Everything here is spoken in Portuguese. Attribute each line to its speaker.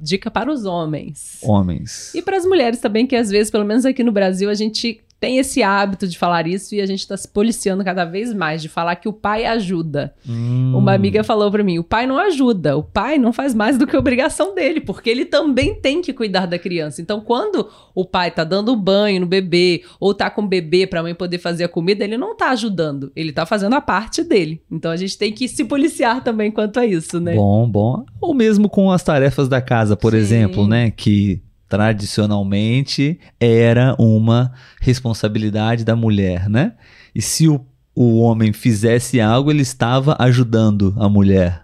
Speaker 1: Dica para os homens.
Speaker 2: Homens.
Speaker 1: E para as mulheres também, que às vezes, pelo menos aqui no Brasil, a gente tem esse hábito de falar isso e a gente está se policiando cada vez mais de falar que o pai ajuda.
Speaker 2: Hum.
Speaker 1: Uma amiga falou para mim: o pai não ajuda, o pai não faz mais do que a obrigação dele, porque ele também tem que cuidar da criança. Então, quando o pai tá dando banho no bebê ou tá com o bebê para a mãe poder fazer a comida, ele não tá ajudando, ele tá fazendo a parte dele. Então, a gente tem que se policiar também quanto a isso, né?
Speaker 2: Bom, bom. Ou mesmo com as tarefas da casa, por
Speaker 1: Sim.
Speaker 2: exemplo, né? Que tradicionalmente era uma responsabilidade da mulher, né? E se o, o homem fizesse algo, ele estava ajudando a mulher.